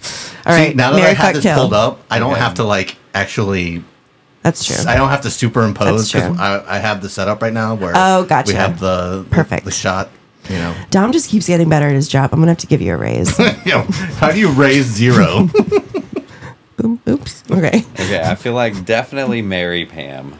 B: See,
A: right.
B: now that
A: Mary
B: I have
A: fuck,
B: this
A: kill.
B: pulled up, I don't
C: Okay.
B: have to like actually.
A: That's true.
B: I don't have to
A: That's
B: superimpose
A: true.
B: because I, I have the setup right now where
A: Oh, gotcha.
B: we have the
A: Perfect.
B: the shot. You know,
A: Dom just keeps getting better at his job. I'm gonna have to give you a raise.
B: Yo, how do you raise zero?
A: Boom. Oops. Okay.
C: Okay, I feel like definitely marry Pam.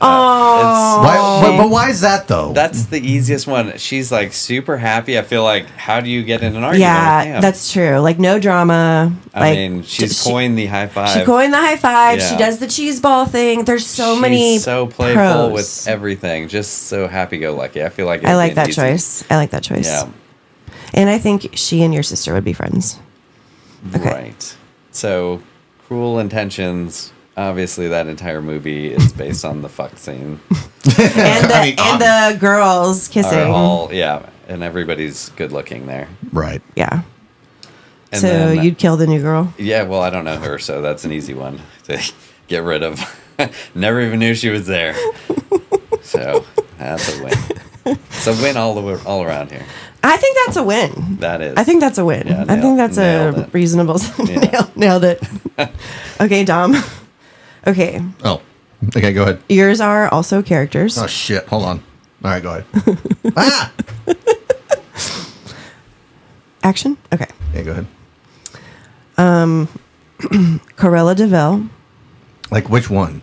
A: Oh.
B: why, but, but why is that though?
C: That's the easiest one. She's like super happy. I feel like how do you get in an argument? with
A: Yeah,
C: Pam?
A: that's true. Like no drama.
C: I
A: like
C: mean, she's
A: she,
C: coined the high five.
A: She coined the high five. She
C: Yeah.
A: does the cheese ball thing. There's so
C: She's
A: many.
C: so playful
A: pros.
C: with everything just so happy-go-lucky i feel like it'd
A: I
C: be
A: like
C: an
A: that
C: easy-
A: choice. I like that choice.
C: yeah
A: And I think she and your sister would be friends. Okay.
C: right so cruel intentions obviously that entire movie is based on the fuck scene
A: And the,
B: I mean, um,
A: and the girls kissing.
C: are all yeah and everybody's good looking there
B: right.
A: Yeah.
C: and
A: so
C: then-
A: you'd kill the new girl.
C: yeah well i don't know her so that's an easy one to get rid of never even knew she was there so that's a win so win all the way all around here
A: I think that's a win.
C: that is
A: I think that's a win.
C: Yeah,
A: I think
C: nailed-
A: that's
C: nailed
A: a
C: it.
A: reasonable.
C: Yeah.
A: nailed, nailed it. okay, Dom. Okay,
B: Oh, okay. Go ahead.
A: yours are also characters.
B: Oh shit. Hold on. All right. Go ahead. ah.
A: Action. Okay,
B: Yeah. Go ahead.
A: Corella Deville
B: Like which one?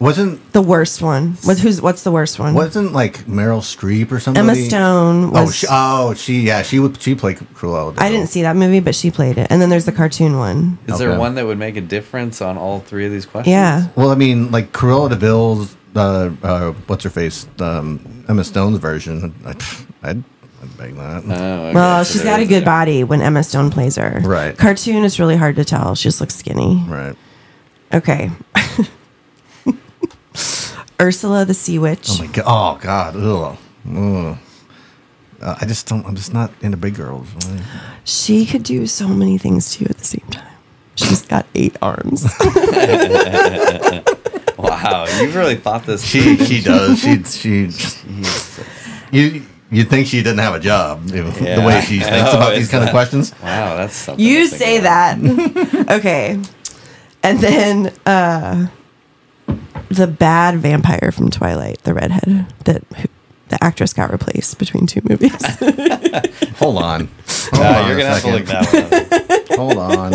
B: Wasn't
A: The worst one. What, who's what's the worst one?
B: wasn't like Meryl Streep or somebody?
A: Stone
B: Oh,
A: was-
B: she, oh, she yeah, she would she played Cruella. de
A: I
B: Vil.
A: didn't see that movie, but she played it. And then there's the cartoon one.
C: Is
B: Okay.
C: there one that would make a difference on all three of these questions?
A: Yeah.
B: Well, I mean, like Cruella Deville's, uh, uh, what's her face, um, Emma Stone's version. I, I'd, I'd bang that.
C: Oh, okay,
A: Well,
C: so
A: she's
C: there
A: got a
C: is
A: good body when Emma Stone plays her.
B: Right.
A: Cartoon is really hard to tell. She just looks skinny.
B: right.
A: Okay. Ursula the Sea Witch.
B: Oh my god. Oh god. Ugh. Ugh. Uh, I just don't. I'm just not into big girls.
A: she could do so many things to you at the same time. She's got eight arms.
C: Wow, you've really thought this.
B: She she does. She she. You you think she didn't have a job you know, the
C: Yeah.
B: way she
C: I
B: thinks
C: know,
B: about these
C: it's
B: kind of
C: not-
B: questions?
C: Wow, that's something. to
A: you
C: think
A: say
C: about.
A: that. okay. And then uh the bad vampire from Twilight, the redhead that who, the actress got replaced between two movies.
B: Hold on. Hold
C: Nah,
B: on
C: you're
B: a
C: gonna have
B: second.
C: to look that one. up.
B: Hold on.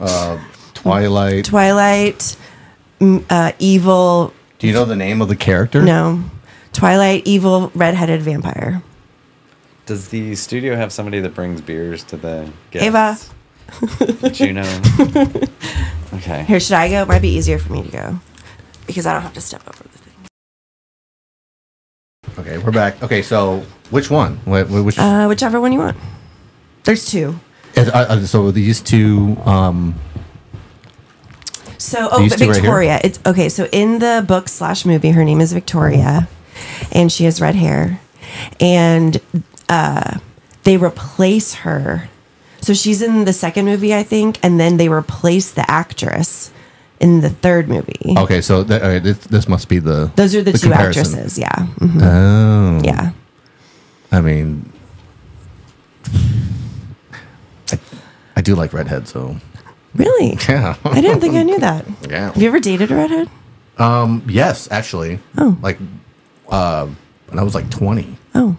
B: Uh, Twilight.
A: Twilight m- uh evil
B: Do you know the name of the character?
A: no. Twilight evil redheaded vampire.
C: Does the studio have somebody that brings beers to the guests?
A: Ava.
C: Juno. Okay.
A: Here, should I go? It might be easier for me to go because I don't have to step over the thing.
B: Okay, we're back. Okay, so which one? Wh- wh- Which?
A: Uh, whichever one you want. There's two.
B: is- uh, uh, so these two. Um,
A: So, oh,
B: These
A: but
B: two right here?
A: Victoria. it's okay. So, in the book slash movie, her name is Victoria, and she has red hair, and uh, they replace her. So she's in the second movie, I think, and then they replace the actress in the third movie.
B: okay, so th- okay, this, this must be Oh, the.
A: Those are the, two
B: comparison.
A: actresses. Yeah, Mhm.
B: Oh.
A: yeah.
B: I mean, I, I do like redhead, so
A: Really?
B: yeah.
A: I didn't think I knew that.
B: Yeah.
A: Have you ever dated a redhead?
B: Um, yes, actually.
A: Oh.
B: Like, uh, when I was like twenty,
A: Oh,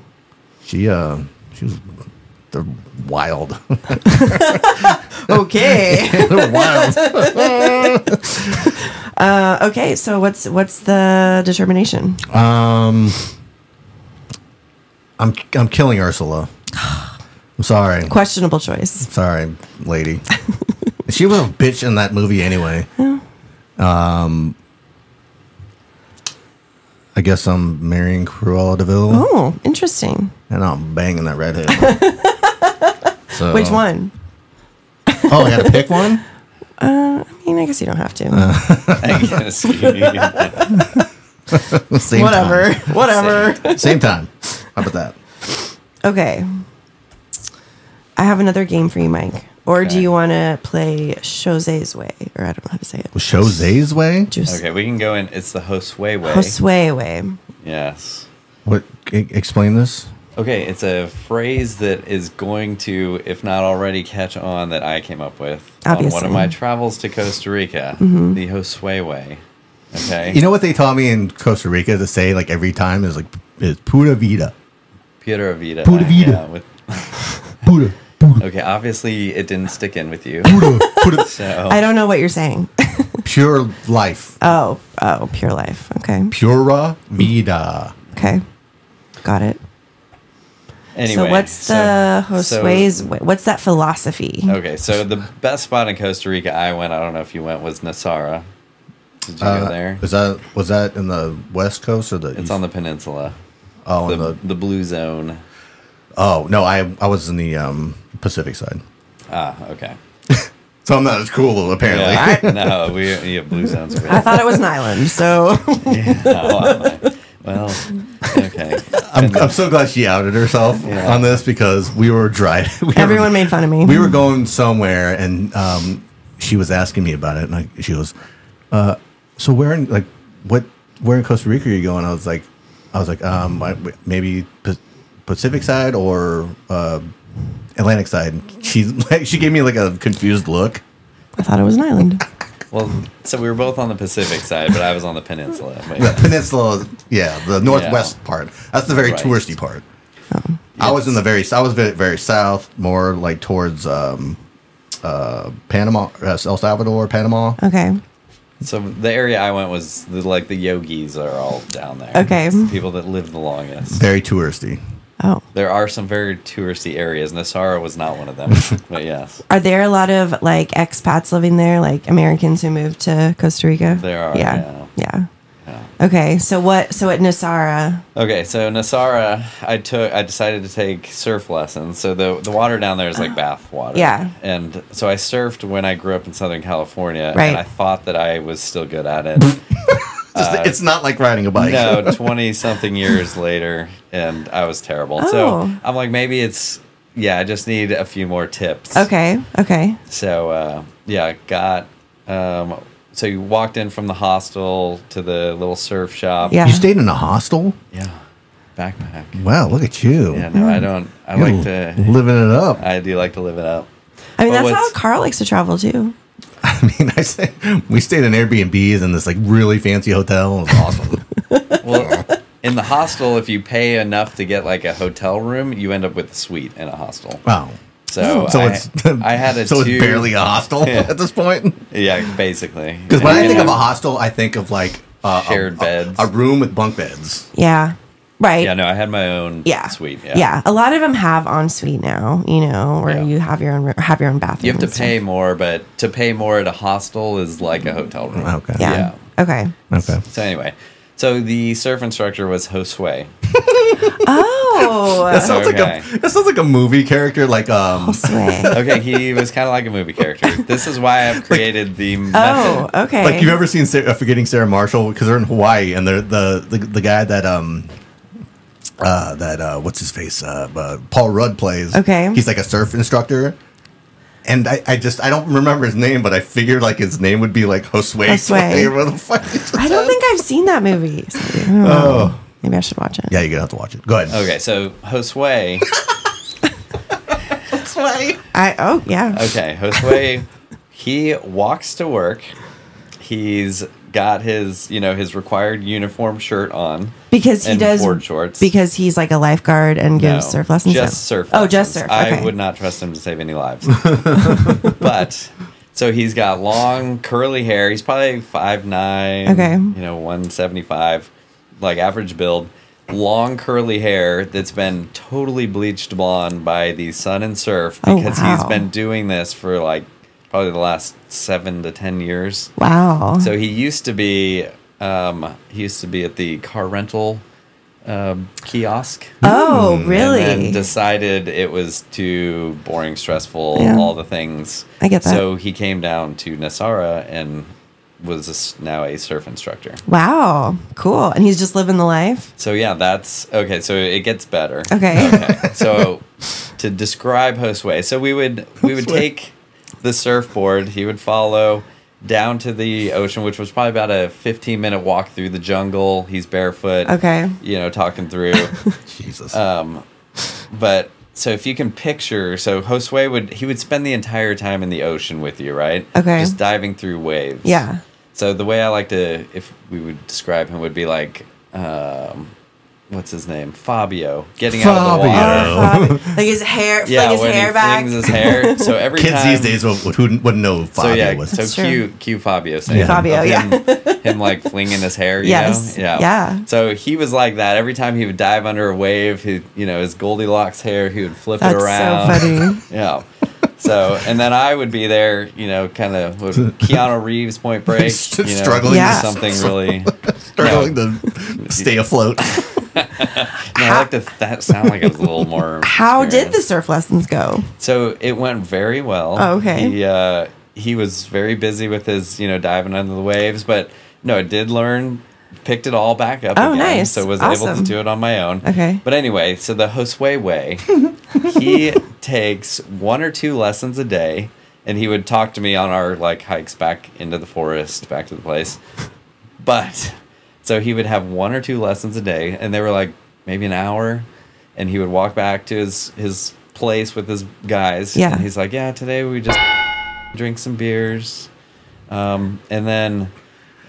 B: she uh, she was. They're wild.
A: okay.
B: they're wild.
A: Uh, Okay, so what's what's the determination?
B: Um, I'm I'm killing Ursula. I'm sorry,
A: Questionable choice.
B: sorry, lady. she was a bitch in that movie anyway. Um, I guess I'm marrying Cruella Deville,
A: Oh, interesting.
B: and I'm banging that redhead. so,
A: Which one?
B: Oh, I got to pick one.
A: I mean, I guess you don't have to.
B: Uh,
C: I guess you need that.
B: Same
A: whatever,
B: Time.
A: whatever.
B: Same time. How about that?
A: Okay. I have another game for you, Mike. Or do
C: Okay.
A: you want to play Jose's way? Or I don't know how to say it.
B: Jose's way.
A: Jose
C: Okay, we can go in. It's the Josue way.
A: Josue way.
C: Yes.
B: What? e- Explain this.
C: Okay, it's a phrase that is going to, if not already, catch on that I came up with on one
A: Obviously.
C: of my travels to Costa Rica, the Josue way. Okay,
B: Mm-hmm. You know what they taught me in Costa Rica to say like every time is like is pura vida.
C: Pura Vida.
B: Pura vida.
C: yeah, with-
B: Pura.
C: okay, obviously it didn't stick in with you.
B: Pura. pura
C: So
A: I don't know what you're saying.
B: pure life.
A: oh, oh, pure life. Okay.
B: Pura vida.
A: Okay. Got it.
C: anyway,
A: so what's
C: so-
A: the
C: so-
A: Josue's way? What's that philosophy?
C: Okay, so the best spot in Costa Rica I went, I don't know if you went, was Nassara. Did you
B: Uh,
C: go there?
B: Is that was that in the west coast or the
C: It's
B: east?
C: on the peninsula,
B: oh
C: the,
B: on the,
C: the blue zone.
B: oh no I I was in the um Pacific side.
C: Ah, okay.
B: So I'm not as cool apparently.
C: Yeah, no, we yeah, blue zones. Are
A: I thought it was an island, so
C: well, okay.
B: I'm, I'm so glad she outed herself
C: Yeah.
B: on this because we were dry. we were-
A: everyone made fun of me.
B: we were going somewhere and um, she was asking me about it and I, she goes uh, so where in like what where in costa rica are you going i was like i was like um, I- maybe Pa- pacific side or uh, atlantic side she like she gave me like a confused look
A: I thought it was an island.
C: Well, so we were both on the Pacific side, but I was on the peninsula. But
B: the
C: yeah.
B: peninsula yeah the northwest part that's the very
C: Right.
B: touristy part I was in the very I was very, very south, more like towards um, uh, Panama, uh, El Salvador, Panama.
A: Okay.
C: So the area I went was the, like the yogis are all down there.
A: Okay.
C: It's the people that live the longest.
B: Very touristy.
A: Oh.
C: There are some very touristy areas. Nassara was not one of them, but yes,
A: Are there a lot of like expats living there, like Americans who moved to Costa Rica?
C: There are,
A: Yeah. Yeah. Okay. So what? So at Nasara.
C: Okay, so Nassara, I took. I decided to take surf lessons. So the the water down there is like bath water.
A: Yeah.
C: And so I surfed when I grew up in Southern California,
A: Right.
C: and I thought that I was still good at it.
B: Just,
C: Uh,
B: it's not like riding a bike.
C: No, twenty something years later, and I was terrible.
A: Oh.
C: So I'm like, maybe it's yeah. I just need a few more tips.
A: Okay. Okay.
C: So uh, yeah, I got. Um, so you walked in from the hostel to the little surf shop.
A: Yeah.
B: You stayed in a hostel?
C: Yeah. Backpack.
B: Wow, look at you.
C: Yeah. No, I don't. I
B: You're
C: like to.
B: living it up. I,
C: I do like to live it up.
A: I mean,
C: But
A: that's how
C: what's-
A: Carl likes to travel too.
B: mean, I say we stayed in Airbnbs in this like really fancy hotel. It was awesome.
C: Well, in the hostel, if you pay enough to get like a hotel room, you end up with a suite in a hostel.
B: wow.
C: So,
B: So
C: I,
B: it's
C: I had a
B: so
C: two,
B: it's barely a hostel
C: Yeah.
B: at this point.
C: yeah basically
B: Because when I
C: And
B: think of a
C: I'm-
B: hostel, I think of like uh, a-
C: Shared
B: a,
C: beds.
B: a room with bunk beds.
A: Yeah. Right.
C: yeah no I had my own
A: yeah.
C: suite yeah
A: Yeah. A lot of them have ensuite now. You know, where
C: Yeah.
A: you have your own ro- have your own bathroom.
C: you have to
A: and stuff.
C: pay more but to pay more at a hostel is like a hotel room
B: Okay.
A: Yeah. Okay.
B: Okay.
C: so anyway so the surf instructor was Josue
A: Oh.
B: That sounds like
C: Okay.
B: a that sounds like a movie character, like um,
A: Sway.
C: okay he was kind of like a movie character this is why I've created the
A: Oh.
C: method.
A: Okay.
B: like you've ever seen Sarah, uh, forgetting Sarah Marshall because they're in Hawaii and they're the the, the guy that um. Uh, that uh, what's his face? Uh, uh, Paul Rudd plays.
A: Okay.
B: he's like a surf instructor, and I, I just I don't remember his name, but I figured like his name would be like Josue.
A: Josue.
B: Sway or what the fuck. he just
A: I don't
B: said.
A: think I've seen that movie. So, I don't know.
B: Oh.
A: Maybe I should watch it.
B: Yeah, you're gonna have to watch it. Go ahead.
C: okay so Josue
A: I oh yeah.
C: Okay, Josue, he walks to work. He's got his, you know, his required uniform shirt on.
A: Because he
C: and
A: does
C: board shorts.
A: Because he's like a lifeguard and
C: No,
A: gives surf lessons.
C: Just
A: No.
C: surf.
A: Oh, just
C: lessons.
A: surf. Okay.
C: I would not trust him to save any lives. but so he's got long curly hair. He's probably five nine.
A: Okay.
C: You know, one seventy five, like average build. Long curly hair that's been totally bleached blonde by the sun and surf
A: Oh,
C: because he's
A: wow.
C: been doing this for like probably the last seven to ten years.
A: Wow.
C: So he used to be, um, he used to be at the car rental um, kiosk.
A: oh
C: hmm, And then
A: really?
C: decided it was too boring, stressful,
A: Yeah.
C: all the things.
A: I get that.
C: So he came down to Nassara and was a s now a surf instructor.
A: wow. Cool. And he's just living the life.
C: So yeah, that's okay. So it gets better.
A: Okay.
C: Okay. So to describe Josue, so we would we would
B: Josue.
C: take the surfboard. He would follow down to the ocean, which was probably about a fifteen minute walk through the jungle. He's barefoot.
A: Okay.
C: You know, talking through.
B: Jesus.
C: Um, but so if you can picture, so Josue would he would spend the entire time in the ocean with you, right?
A: Okay.
C: Just diving through waves.
A: Yeah.
C: So the way I like to, if we would describe him, would be like, um, what's his name, Fabio, getting out of the
B: Fabio.
C: water.
B: Oh.
A: Uh, Fab- like his hair,
C: Yeah,
A: fling his
C: when
A: hair
C: he
A: back.
C: flings his hair. So every
B: Kids
C: time,
B: these days would, who wouldn't know Fabio
C: so yeah,
B: was.
A: That's
C: so
A: true.
C: cue cue Fabio saying
B: Yeah.
A: Fabio,
C: of
A: yeah.
C: him, him like flinging his hair, you
A: Yes,
C: know, yeah,
A: yeah.
C: So he was like that every time he would dive under a wave. He, you know, his Goldilocks hair, he would flip
A: That's
C: it
A: so
C: around.
A: funny.
C: yeah. So and then I would be there, you know, kind of with Keanu Reeves Point Break, you know,
B: Struggling
A: Yeah. to-
C: something really.
B: struggling to stay afloat.
C: No, I like to that sound like it was a little more.
A: How did
C: experienced.
A: the surf lessons go?
C: So it went very well.
A: Oh, okay.
C: He uh, he was very busy with his you know diving under the waves, but no, I did learn, picked it all back up.
A: Oh,
C: again,
A: nice.
C: So was able
A: Awesome.
C: to do it on my own.
A: Okay.
C: But anyway, so the Josue way, he takes one or two lessons a day, and he would talk to me on our like hikes back into the forest, back to the place. But so he would have one or two lessons a day, and they were like maybe an hour, and he would walk back to his his place with his guys.
A: Yeah.
C: and he's like, "Yeah, today we just drink some beers," um, and then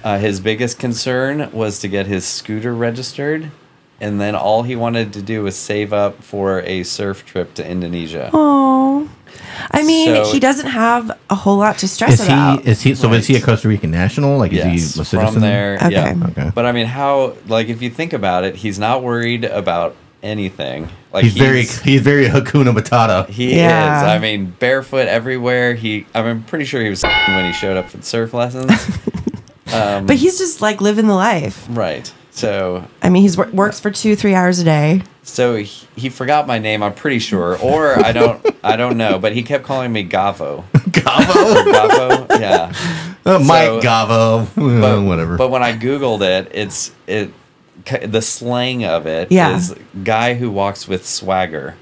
C: uh, his biggest concern was to get his scooter registered, and then all he wanted to do was save up for a surf trip to Indonesia.
A: Oh, I mean,
C: So-
A: he doesn't have a whole lot to stress
B: Is he?
A: about.
B: Is he? So is he a
C: Right.
B: Costa Rican national? Like, is
C: yes,
B: he a citizen?
C: from there. Yeah.
A: Okay.
B: Okay.
C: But I mean, how? Like, if you think about it, he's not worried about anything. Like,
B: He's, very. He's very Hakuna Matata.
C: He
A: Yeah.
C: is. I mean, barefoot everywhere. He. I'm pretty sure he was when he showed up for surf lessons. um,
A: but he's just like living the life.
C: right. So
A: I mean, he's wor- works for two, three hours a day.
C: so he, he forgot my name. I'm pretty sure, or I don't. I don't know. But he kept calling me Gavo.
B: Gavo.
C: Gavo. Yeah.
B: Uh, Mike
C: So-
B: Gavo. Uh,
C: but,
B: whatever.
C: But when I googled it, it's it c- the slang of it is
A: Yeah.
C: guy who walks with swagger,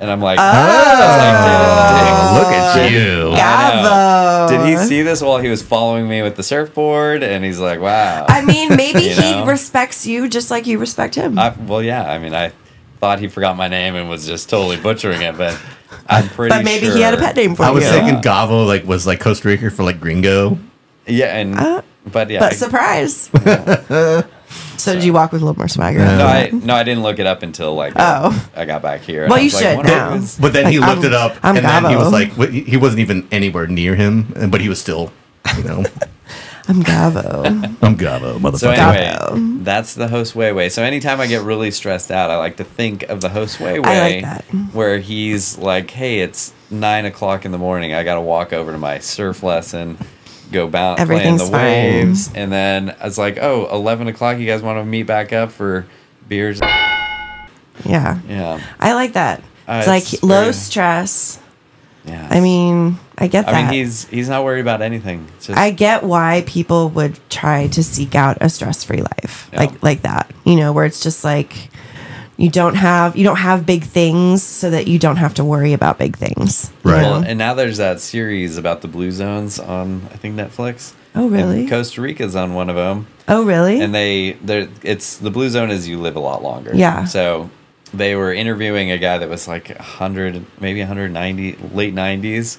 C: and I'm like,
B: oh, Ah, look at you.
C: I
A: Gavo.
C: did he see this while he was following me with the surfboard? And he's like, wow.
A: I mean, maybe
C: You
A: he
C: know?
A: respects you just like you respect him.
C: I, well, yeah. I mean, I thought he forgot my name and was just totally butchering it, but I'm pretty.
A: but maybe he had a
C: sure-
A: pet name for
B: I was
A: you.
B: thinking Gavo like was like Costa Rica for like gringo.
C: Yeah, and
A: Uh,
C: but yeah.
A: But
C: I-
A: surprise. so did you walk with a little more swagger?
B: No.
C: no, I no, I didn't look it up until like
A: Oh.
C: I got back here. and
A: Well,
C: I
A: you
C: was like,
A: should
C: wonder if
A: now.
C: it's-
B: But then he
A: Like,
B: looked
A: I'm-
B: it up,
A: I'm
B: and then he
A: Gavo.
B: was like, wh- he wasn't even anywhere near him, and- but he was still, you know,
A: I'm Gavo.
B: I'm Gavo, motherfucker.
C: So anyway,
A: Gabo.
C: that's the host way way. So anytime I get really stressed out, I like to think of the host way
A: I like
C: way,
A: that.
C: where he's like, "Hey, it's nine o'clock in the morning. I got to walk over to my surf lesson, go bounce, play in the
A: Everything's fine.
C: waves, and then I was like, oh, 11 o'clock. You guys want to meet back up for beers?
A: yeah.
C: Yeah,
A: I like that.
C: Uh,
A: it's like
C: it's
A: low
C: very-
A: stress.
C: yeah.
A: I mean, I get that.
C: I mean, he's he's not worried about anything. It's just,
A: I get why people would try to seek out a stress-free life
C: Yeah.
A: like like that. You know, where it's just like you don't have you don't have big things so that you don't have to worry about big things. you
B: Right.
A: know?
C: Well, and now there's that series about the blue zones on I think Netflix.
A: Oh, really?
C: And Costa Rica's on one of them.
A: oh, really?
C: and they they it's the blue zone is you live a lot longer.
A: Yeah.
C: So they were interviewing a guy that was like 100 maybe 190 late 90s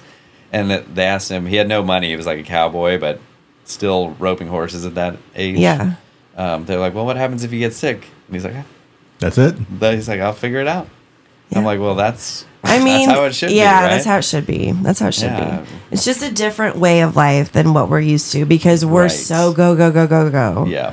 C: and that they asked him he had no money he was like a cowboy but still roping horses at that age.
A: yeah.
C: Um, they're like, "Well, what happens if you get sick?" And he's like, "Eh."
B: That's it.
C: But he's like, "I'll figure it out." I'm
A: Yeah.
C: like, "Well, that's
A: I mean,
C: that's how it should
A: yeah,
C: be, right?"
A: that's how it should be. That's how it should
C: Yeah.
A: be. It's just a different way of life than what we're used to because we're
C: Right.
A: so go go go go go.
C: yeah.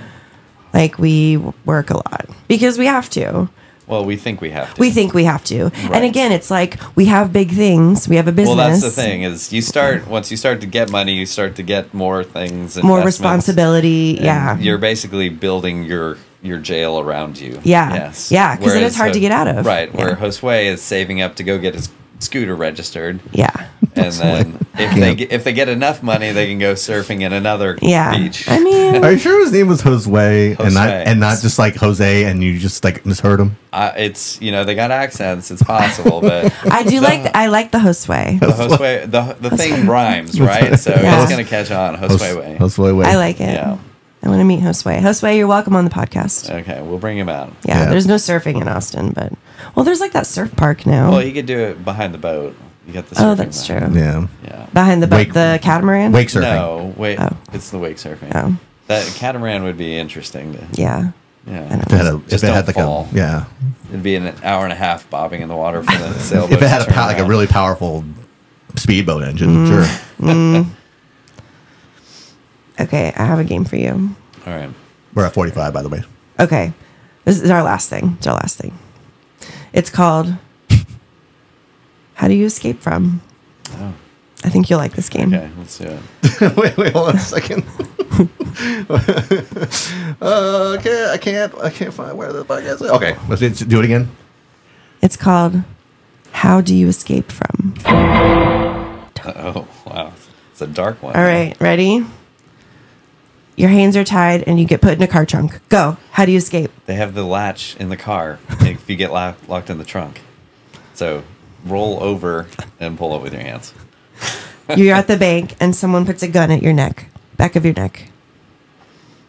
A: like we work a lot because we have to.
C: Well, we think we have to.
A: We think we have to.
C: Right.
A: And again, it's like we have big things. We have a business.
C: well, that's the thing is you start once you start to get money, you start to get more things,
A: More
C: investments.
A: responsibility.
C: And
A: yeah.
C: you're basically building your your jail around you.
A: Yeah. Yeah, 'cause then
C: Whereas
A: it's hard to
C: Ho-
A: get out of.
C: Right, where
A: Yeah.
C: Josue is saving up to go get his scooter registered,
A: yeah.
C: and then if they get, if they get enough money, they can go surfing in another
A: Yeah.
C: beach.
A: I mean,
B: Are you sure his name was Jose, and not
C: Jose.
B: and not just like Jose, and you just like misheard him?
C: I, Uh, it's you know they got accents, it's possible, but
A: I do like th- I like the host way.
C: the Josue the the thing rhymes right, so
A: Yeah.
C: it's gonna catch on Josue way.
B: Jose way.
A: I like it.
C: Yeah.
A: I want to meet host way. Host way, you're welcome on the podcast.
C: Okay, we'll bring him out.
A: yeah,
B: Yeah.
A: there's no surfing in Austin, but well, there's like that surf park now.
C: Well, he could do it behind the boat. You got the.
A: oh,
C: surfing
A: that's
C: line.
A: true.
B: Yeah.
C: Yeah.
A: Behind the bu-
B: Wake-
A: the catamaran.
B: Wake surfing.
C: No, wait.
A: Oh.
C: It's the wake surfing.
A: Oh.
C: That catamaran would be interesting. To,
A: Yeah.
C: yeah.
B: If it had a, if
C: Just
B: it
C: don't
B: had like
C: fall.
B: a yeah,
C: It'd be an hour and a half bobbing in the water for the sailboat.
B: if it had
C: to
B: a
C: turn
B: pow- like a
C: around.
B: really powerful speedboat engine, sure.
A: Okay, I have a game for you.
C: All right.
B: We're at forty five, by the way.
A: Okay. This is our last thing. It's our last thing. It's called How Do You Escape From?
C: Oh,
A: I think you'll like this game.
B: Mm.
C: okay. Let's do it.
B: wait, wait, hold on a second. uh, okay, I can't, I can't find where the podcast is. Okay, let's do- do it again.
A: It's called How Do You Escape From?
C: Oh wow, it's a dark one.
A: All right, ready? Your hands are tied and you get put in a car trunk. Go. How do you escape?
C: They have the latch in the car if you get locked locked in the trunk. So roll over and pull it with your hands.
A: You're at the bank and someone puts a gun at your neck, back of your neck.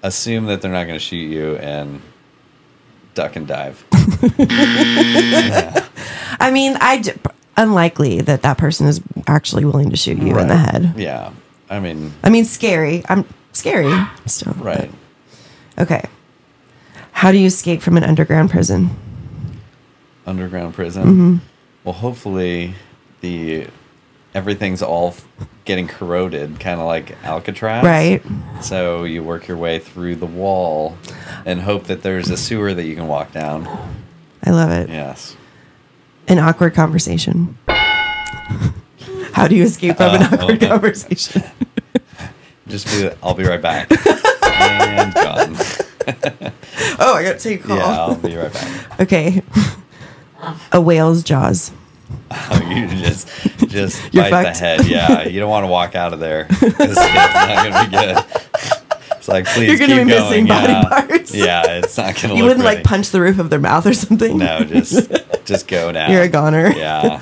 C: Assume that they're not going to shoot you and duck and dive.
A: I mean, I d- unlikely that that person is actually willing to shoot you in the
B: Right.
A: head.
C: Yeah. I mean,
A: I mean, scary. I'm scary still. but-
C: right.
A: Okay. How do you escape from an underground prison?
C: underground prison. Well, hopefully, the everything's all f- getting corroded, kind of like Alcatraz.
A: Right.
C: So you work your way through the wall and hope that there's a sewer that you can walk down.
A: I love it.
C: Yes.
A: An awkward conversation. How do you escape from an
C: Uh,
A: awkward
C: okay.
A: conversation?
C: Just be. I'll be right back. and gone.
A: oh, I got to take a call.
C: Yeah, I'll be right back.
A: Okay. A whale's jaws.
C: Oh, you just just
A: You're
C: bite
A: fucked.
C: the head. Yeah, you don't want to walk out of there. 'cause It's not gonna be good. It's like please.
A: You're gonna
C: keep
A: be missing
C: going.
A: body
C: yeah.
A: parts.
C: Yeah, it's not gonna.
A: You
C: look
A: wouldn't like
C: pretty.
A: punch the roof of their mouth or something.
C: No, just just go down.
A: You're a goner. Hmm.
C: Yeah.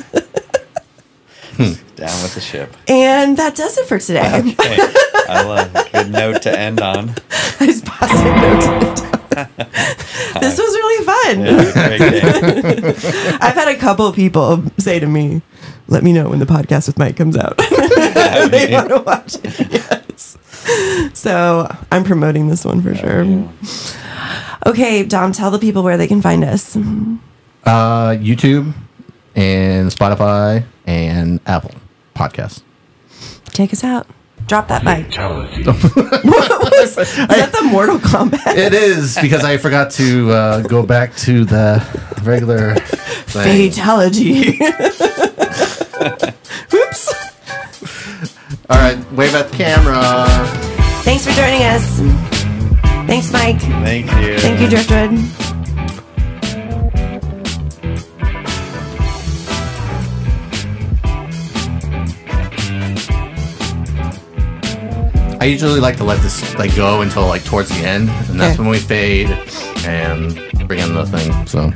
C: down with the ship.
A: And that does it for today.
C: Okay. I love good note to end on.
A: It's positive note. this was really fun.
C: Yeah, great day.
A: I've had a couple people say to me, "Let me know when the podcast with Mike comes out. they want to watch it." Yes. So I'm promoting this one for sure. Okay, Dom, tell the people where they can find us.
B: Uh, YouTube and Spotify and Apple Podcasts.
A: Take us out. Drop that mic.
D: Fatality.
A: Was, was that the Mortal Kombat?
B: It is because I forgot to uh, go back to the regular thing.
A: Fatality. Oops.
B: All right, wave at the camera.
A: Thanks for joining us. Thanks, Mike.
C: Thank you.
A: Thank you, Driftwood.
B: I usually like to let this like go until like towards the end, and that's
A: Okay.
B: when we fade and bring in the thing. So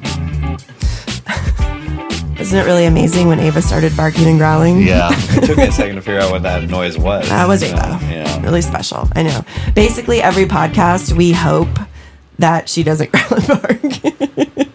A: Isn't it really amazing when Ava started barking and growling?
B: yeah,
C: It took me a second to figure out what that noise was.
A: That was
C: So,
A: Ava.
C: Yeah.
A: Really special. I know. Basically, every podcast, we hope that she doesn't growl and bark.